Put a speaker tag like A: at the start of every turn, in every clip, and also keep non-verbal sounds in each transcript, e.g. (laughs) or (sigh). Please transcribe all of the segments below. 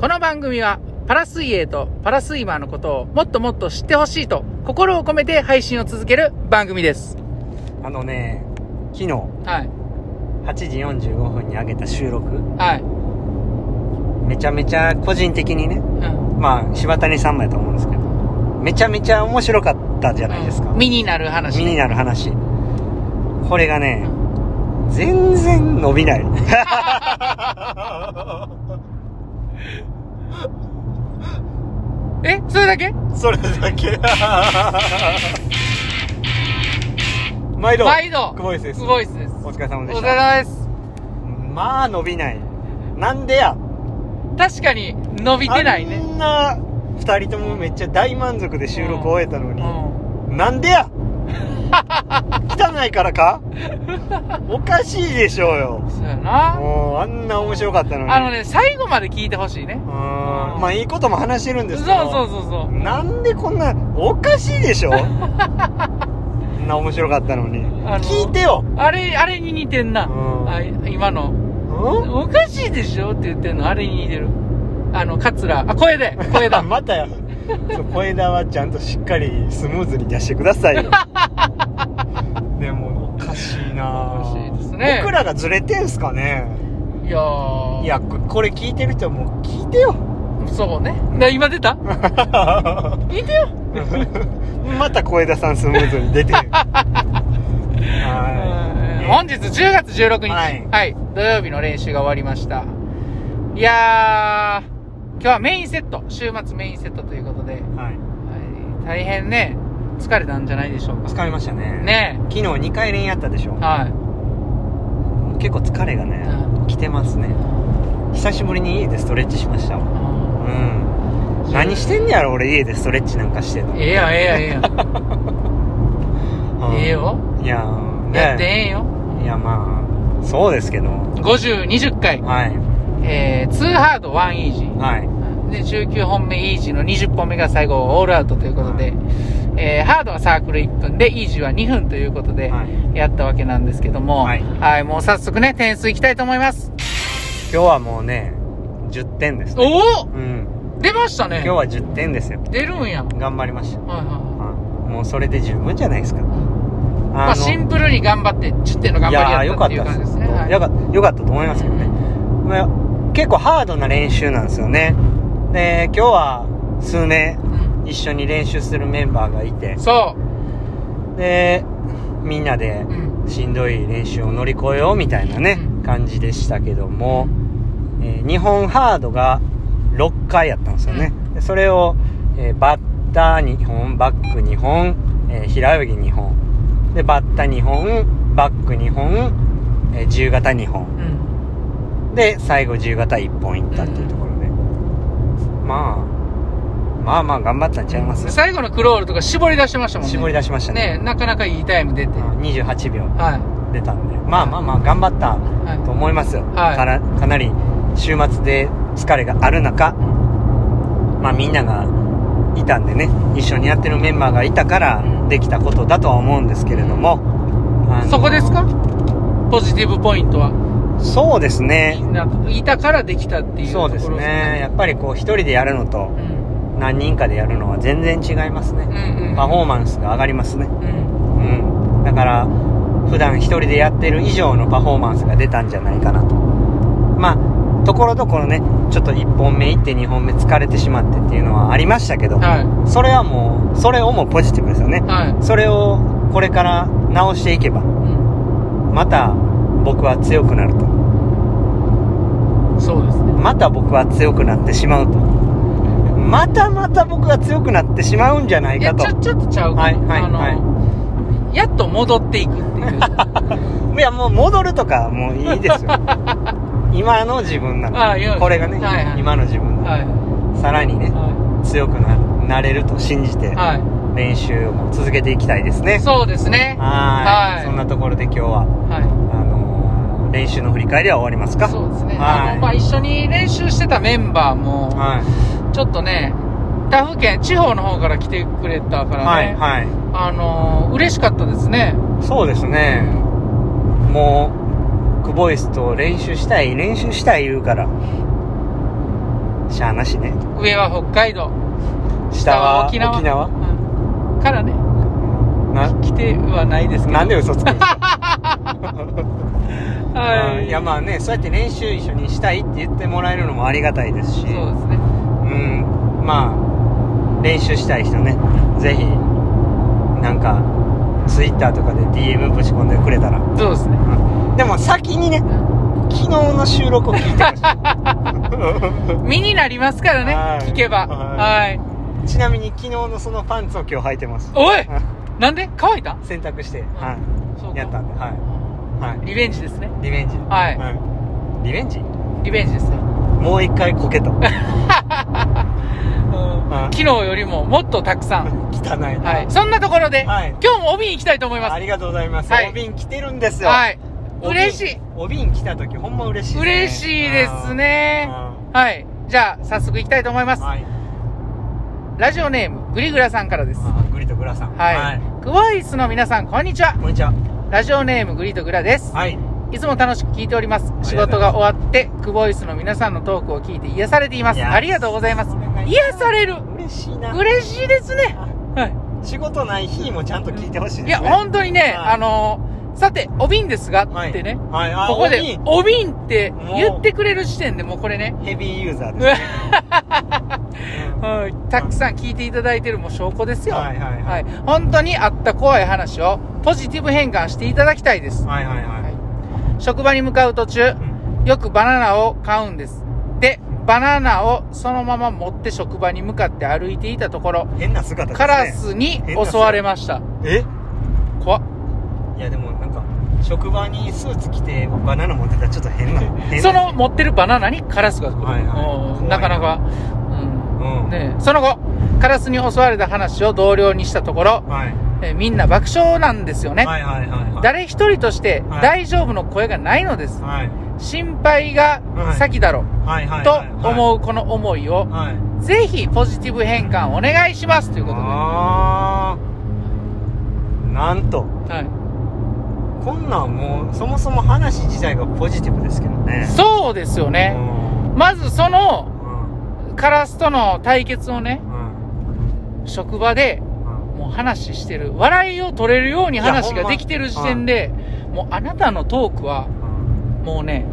A: この番組はパラ水泳とパラスイマーのことをもっともっと知ってほしいと心を込めて配信を続ける番組です。
B: あのね、昨日
A: はい。
B: 8時45分に上げた収録、
A: はい。
B: めちゃめちゃ個人的にね、
A: うん。
B: まあ柴谷さんもやと思うんですけど、めちゃめちゃ面白かったじゃないですか。
A: 身になる話、
B: 身になる話。これがね
A: う、
B: 全然伸びない。
A: えそれだけ
B: (laughs) それだけ。 (laughs) 毎度。
A: 毎度
B: 久保井です。
A: クボイスです。
B: お疲れ様で
A: お疲
B: し
A: れ
B: た。
A: 様です。
B: まあ伸びない。なんでや。
A: 確かに伸びてない
B: あ
A: ね。
B: んな二人ともめっちゃ大満足で収録終えたの
A: う
B: に。
A: ん。
B: なんでや (laughs) 汚いからかおかしいでしょうよ。
A: そうやな。
B: もうあんな面白かったのに。
A: あのね、最後まで聞いてほしいね
B: う。ーん。まあいいことも話してる
A: そ
B: んで
A: う
B: す
A: そう
B: けど。
A: そうそう。
B: なんでこんな、おかしいで
A: (laughs)
B: しょこんな面白かったのに。
A: あの
B: 聞いてよ
A: あれ、あれに似てんな。
B: うん
A: あ今の。
B: ん
A: おかしいでしょって言ってんの、あれに似てる。あの、カツラ。あ、声で、声だ。
B: (laughs) またや。そう小枝はちゃんとしっかりスムーズに出してく
A: (laughs)
B: ださいよ。でも、おかしいなぁ
A: おかしいですね
B: 僕らがずれてんすかね
A: いやー。
B: いや、ここれ聞いてる人もう聞いてよ。
A: そうね。な今出た (laughs) 聞いてよ。
B: (laughs) また小枝さんスムーズ
A: (laughs)
B: に出てる。
A: えー
B: は
A: 本日10月16日、
B: は。
A: はいい、土曜日の練習が終わりました。いやー、今日はメインセット、週末メインセットということで、はい
B: はい。
A: い、大変ね、疲れたんじゃないでしょうか。
B: 疲れましたね。。
A: ね
B: 昨日2回連やったでしょ
A: え。。はい。
B: 結構疲れがね、来てますね。久しぶりに家でストレッチしましたわ。うん。何してんねやろ俺家でストレッチなんかしてんの。
A: ええやん、ええやん、え
B: (laughs)
A: えやん。
B: うん
A: ええ。よ。
B: いや
A: やって
B: ね
A: ええよ。
B: いやまあ、そうですけど。は
A: 50、20回、
B: い。
A: えー、2ハード、1イージー。
B: はい。
A: で、19本目イージーの20本目が最後オールアウトということで、えーハードはサークル1分で、イージーは2分ということで、
B: はい
A: やったわけなんですけども、
B: は
A: はいい、もう早速ね、点数いきたいと思います。
B: 今日はもうね、10点です、ね。
A: おお
B: うん。
A: 出ましたね
B: 今日は10点ですよ。
A: 出るんや。はい
B: 頑張りました。
A: はいはい。
B: もうそれで十分じゃないですか。
A: ま
B: の
A: あ、シンプルに頑張って、10点の頑
B: いや
A: 張
B: ー
A: りや
B: よ
A: った
B: か
A: っ
B: って
A: いう
B: た
A: 感じ
B: で
A: ですすね。はい
B: よかよかったと思いますけどね、まあ結構ハードな練習なんですよねで今日は数名
A: うん
B: 一緒に練習するメンバーがいて
A: そ
B: でみんなで
A: う。うん。
B: しんどい練習を乗り越えようみたいなね、
A: うん
B: 感じでしたけども、えー日本ハードが6回やったんですよね、でそれを、えーバッター2本バック2本、えー平泳ぎ2本でバッタ2本バック2本、えー自由形2本
A: うん。
B: で最後自由形1本いったっていうところで、まあまあまあ頑張ったんちゃいます
A: 最後のクロールとか絞り出してましたもんね。
B: 絞り出しました
A: ね
B: ね
A: なかなかいいタイム出て。は
B: 28秒
A: い。
B: 出たんでまあまあまあ頑張った
A: はい。
B: と思いますよ、
A: はい
B: からかなり週末で疲れがある中、まあ、みんながいたんでね一緒にやってるメンバーがいたから
A: うん
B: できたことだとは思うんですけれども、あの
A: そこですかポジティブポイントは。
B: そうですね
A: なんかいたからできたっていうところ
B: そうですねやっぱりこう一人でやるのと
A: うん
B: 何人かでやるのは全然違いますね、
A: うんうん
B: パフォーマンスが上がりますね
A: うん
B: うんだから普段一人でやってる以上のパフォーマンスが出たんじゃないかなとまあところどころねちょっと1本目行って2本目疲れてしまってっていうのはありましたけど、
A: は
B: それはもうそれをもうポジティブですよね
A: いは
B: それをこれから直していけば
A: い、うん
B: また僕は強くなると
A: そうですね
B: また僕は強くなってしまうとまたまた僕は強くなってしまうんじゃない
A: い
B: か
A: や
B: と
A: ちょちょっとちゃうかな
B: はいはい
A: あの、やっと戻ってい
B: (laughs)
A: くっていう
B: いやもう戻るとかもうい
A: (laughs)
B: いですよ今の自分な
A: あいや
B: のこれがね、
A: はいはい
B: 今の自分な
A: はい
B: のさらにね
A: は
B: 強くななれると信じて
A: い、は
B: 練習を続けていきたいですね
A: い、そうですね
B: はーい
A: はい
B: そんなところで今日はあ
A: は
B: のー練習の振り返りは終わりますか
A: いそうですね、
B: はい
A: あのまあ、一緒に練習してたメンバーも、
B: はい
A: ちょっとね他府県地方の方から来てくれたから
B: はい
A: ね、
B: はい
A: あの嬉しかったですね
B: そうですねもうクボイスと練習したい練習したい言うからしゃあなしね
A: 上は北海道
B: 下は
A: 沖縄
B: 沖縄
A: うんからね
B: な
A: 来てはないですけど
B: なんで嘘つくんですか
A: は
B: うん
A: い
B: いやまあねそうやって練習一緒にしたいって言ってもらえるのもありがたいですし
A: そうですね
B: うんまあ練習したい人ねぜひなんかツイッターとかで DM ぶち込んでくれたら
A: そうですね
B: でも先にね昨日の収録を聞いてほし
A: 身になりますからね
B: はい
A: 聞けば
B: は
A: はい (laughs)
B: いちなみに昨日のそのパンツを今日履いてます
A: おい
B: うん
A: なんで乾いた
B: 洗濯して、は
A: そう
B: い、
A: か
B: やったんでは
A: うん
B: い、は
A: リベンジですね
B: い、リベンジ
A: はい
B: うんリベンジ
A: リベンジですね
B: もう一回こ
A: (laughs)
B: けと汚
A: 昨日よりももっとたくさん
B: (laughs) いな、
A: はいそんなところで
B: はい
A: 今日も帯に行きたいと思い
B: あ
A: ま
B: りがとうございます、
A: はい
B: お瓶来てるんです
A: す
B: よ、
A: はい
B: お瓶
A: 嬉しい
B: お瓶来た時ほんま嬉しいね
A: 嬉しいですね
B: うん
A: はいじゃあ早速行きたいと思います
B: はい
A: ラジオネームグリグラさんからです
B: あグリとグラさん
A: はいグワイスの皆さんこんにちは
B: こんにちは
A: ラジオネームグリとグラです
B: はい
A: いつも楽しく聞いております。
B: ます
A: 仕事が終わって、クボイスの皆さんのトークを聞いて癒されています。
B: いや
A: ありがとうございます
B: それが。いいな
A: 癒される。
B: 嬉しいな
A: 嬉しいですね。
B: あ
A: は
B: 仕事ない日もちゃんと聞いてほしいです、
A: い。
B: ね、
A: いや、本当にね、
B: はい
A: あのーさて、お瓶ですが、
B: はい
A: ってね、
B: はいあ
A: ここ
B: お
A: で
B: 瓶、
A: お瓶って言ってくれる時点でもうこれね、
B: ヘビーユーザー
A: う
B: です、
A: わ (laughs)
B: ね、
A: うんたくさん聞いていただいてるもう証拠ですよ。
B: はいはいはい
A: 本当にあった怖い話をポジティブ変換していただきたいです。
B: はいはいはい、
A: 職場に向かう途中、
B: うん
A: よくバナナを買うんです。で、バナナをそのまま持って職場に向かって歩いていたところ、
B: 変な姿ですね
A: カラスに襲われました。
B: え
A: 怖っ
B: いやでもなんか職場にスーツ着てバナナ持ってたらちょっと変な変な
A: その持ってるバナナにカラスが来る。
B: はいはい
A: おー
B: 怖い
A: な
B: な
A: かなか。う
B: うん
A: ね
B: ん
A: え、その後、カラスに襲われた話を同僚にしたところ、
B: はい、
A: えーみんな爆笑なんですよね。
B: はいはいはいはい
A: 誰一人として
B: はい
A: 大丈夫の声がないのです。
B: はい
A: 心配が先だろ、
B: はいはい
A: と
B: はいはい
A: 思うこの思いを
B: はい
A: ぜひポジティブ変換お願いしますということで。は
B: あーなんとこんなんもうそもそも話自体がポジティブですけど
A: い。
B: ね
A: そうですよ
B: う
A: ね。
B: ん
A: まずその
B: うん
A: カラスとの対決をね、
B: うん
A: 職場で
B: うん
A: もう話してる。笑いを取れるように話
B: いや
A: が
B: ほんま
A: できてる時点で、もうあなたのトークはもうね、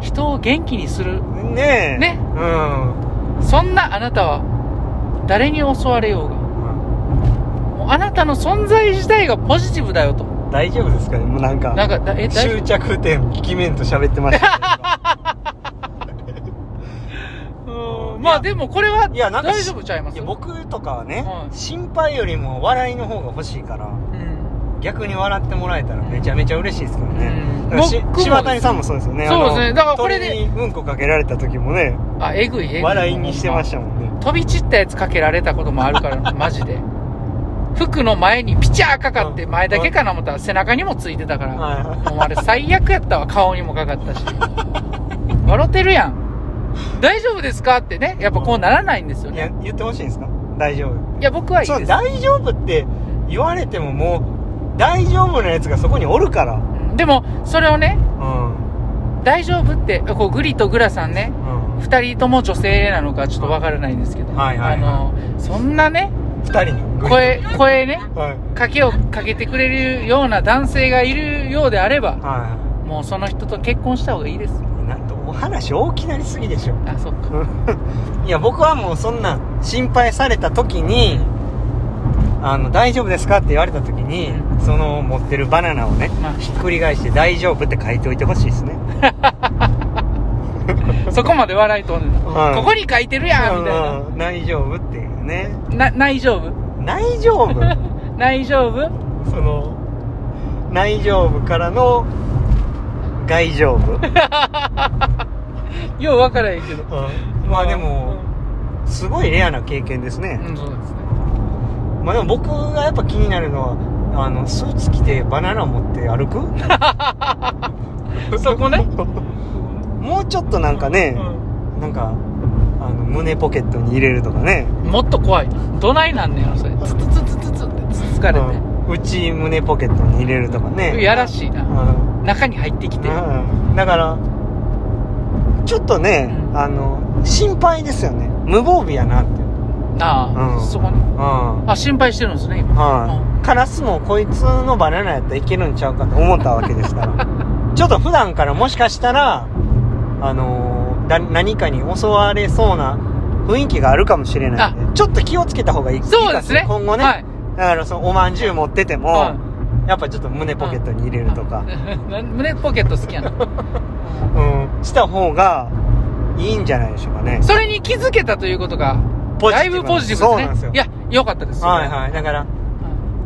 A: 人を元気にする。
B: うんねえ
A: ね
B: うん
A: そんなあなたは誰に襲われようが。もうあなたの存在自体がポジティブだよと。
B: 大丈夫ですかねもうな
A: な
B: ん
A: ん
B: か
A: か、だえ、大丈
B: 終着点聞き面と喋ってましたけど
A: (laughs) 夫うんまあでもこれはい
B: やなんか
A: 大丈夫ちゃいます
B: いや僕とかはね、
A: はい
B: 心配よりも笑いの方が欲しいから
A: うん
B: 逆に笑ってもらえたらめちゃめちゃ嬉しいですけどね、
A: うん
B: だからし
A: 僕もです
B: 柴谷さんもそうですよね
A: そうですね
B: あの
A: だからこれで
B: 鳥にうんこかけられた時もね
A: あ、えぐいえぐい。
B: 笑いにしてましたもんね
A: 飛び散ったやつかけられたこともある
B: (laughs)
A: から、マジで。服の前にピチャーかかって、
B: うん
A: 前だけかな思ったら背中にもついてたから。も
B: は
A: うあれ最悪やったわ、顔にもかかったし。笑ってるやん。大丈夫ですかってね。やっぱこうならないんですよ
B: いい
A: ね
B: や。言ってほしいんですか大丈夫
A: いや、僕はいい
B: そ
A: で
B: う
A: す。
B: 大丈夫って言われてももう大丈夫なやつがそこにおるから
A: うんでも、それをね、
B: うん
A: 大丈夫って、こう、グリとグラさんね、
B: うん
A: 二人とも女性なのかちょっとわからないんですけど、
B: はいはいはい
A: あの、そんなね、
B: 二人にグリ
A: 声、声ね、
B: はい
A: かけをかけてくれるような男性がいるようであれば、
B: は
A: もうその人と結婚した方がいいです。
B: いなんとお話大きなりすぎでしょ
A: あ、そっ
B: (laughs)
A: か。
B: いや僕はもうそんな心配された時に「あの大丈夫ですか?」って言われた時にその持ってるバナナをね
A: ま
B: ひっくり返して「大丈夫」って書いておいてほしいですね
A: あ、そこまで笑いとんねんな
B: はい
A: ここに書いてるやんみたいな。
B: うん大丈夫っていうね
A: な、大丈夫
B: 大丈
A: (laughs)
B: 夫
A: 大丈夫
B: その大丈夫からの外丈夫、
A: ようわからへんけど。 (laughs)
B: まあでもすごいレアな経験ですね
A: うん、、うん、そうですね。
B: まあでも僕がやっぱ気になるのはあのスーツ着てバナナ持って歩く
A: そこね。
B: (laughs) もうちょっとなんかね、なんかあの胸ポケットに入れるとかね
A: うんもっと怖い。どないなんねん、それ。つつつつつつってつつかれ
B: うん内胸ポケットに入れるとか
A: て。
B: ね
A: やらしいうな。
B: ん
A: 中に入ってきて。
B: うんだからちょっとね、
A: うん
B: あの心配ですよね無防備やなってう
A: ああ、
B: うん
A: そこに。
B: ん
A: あ、心配してるんですね、今。
B: はい、カラスもこいつのバナナやったらいけるんちゃうかと思ったわけですから
A: (laughs)
B: ちょっと普段からもしかしたら、あのーだ何かに襲われそうな雰囲気があるかもしれないんでちょっと気をつけた方がいい
A: そうです
B: い
A: ね。
B: いかも今後ね、
A: はい。
B: だからそのおまんじゅう持ってても、
A: は
B: やっぱちょっと胸ポケットに入れるとか、
A: な胸ポケット好きやな。
B: うんした方がいいんじゃないでしょうかね
A: それに気づけたということが、
B: ポジ
A: だ
B: ティ
A: い
B: ブ
A: ぶポジティ
B: そう
A: ブ
B: なん
A: で
B: ですす
A: ね
B: よ。
A: いや、良かったです。
B: はいはいだから
A: う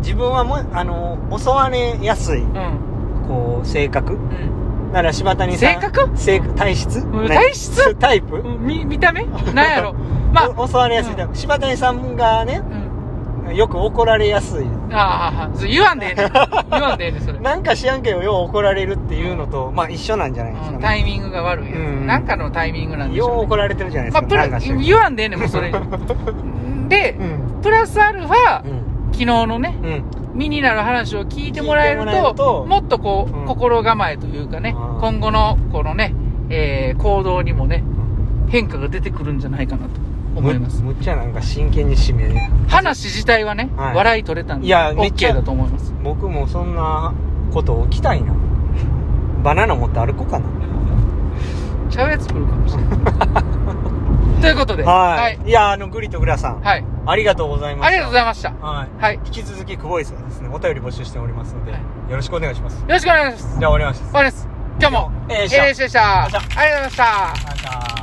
B: 自分はもうあのー襲われやすい
A: ん。
B: こう性格
A: うん。
B: なら柴谷さん
A: 性格
B: 性格体質
A: ん
B: ね
A: 体質
B: (laughs) タイプ
A: うん。み、見た目なんやろ。まあ、
B: お襲われやすいタイプ柴谷さんがね
A: うん。
B: よく怒られやすい
A: ああ、そう言わんでええ
B: (laughs)
A: ねん。言わんでええねん、それ。
B: なんか知らんけどよう怒られるっていうのとまあ一緒なんじゃないです
A: うん
B: か
A: タ
B: ね
A: イミングが悪いやつ。
B: うん
A: なんかのタイミングなんでし
B: よう
A: ょう、
B: 怒
A: ね。
B: られてるじゃない
A: ま
B: で
A: すあ、
B: か
A: プ
B: なん
A: ラ、
B: か知らんけ
A: 言わんでええねん、もう
B: (laughs)
A: それ。で、
B: どうん
A: プラスアルファ、
B: うん
A: 昨日のね、
B: うん
A: 身になる話を聞いてもらえる
B: 聞いてもらえ
A: と、
B: ると
A: もっとこう、
B: うん
A: 心構えというかね、
B: あー
A: 今後のこのね、えー行動にもね、変化が出てくるんじゃないかなと思います。
B: むむっちゃなんか真剣に締める
A: 話自体はね、
B: はい
A: 笑い取れたんで、
B: いやめっち
A: OK
B: ゃ
A: だと思います。
B: 僕もそんなこと起きたいなバナナ持って歩こうかな
A: ちゃうやつ来るかもしれ
B: (laughs)
A: ない。ということで、
B: は
A: はい
B: いいやあのグリとグラさん
A: はい
B: ありがとうございました
A: ありがとうございました。よ
B: はい
A: はい
B: 引き続き久保井さんですねお便り募集しておりますので、
A: は
B: よろしくお願いしますじ
A: ろしくお願いします。
B: ゃあ終わりまし
A: 終わりです。今日も、
B: えー
A: えーでした。ありがとうございました。
B: た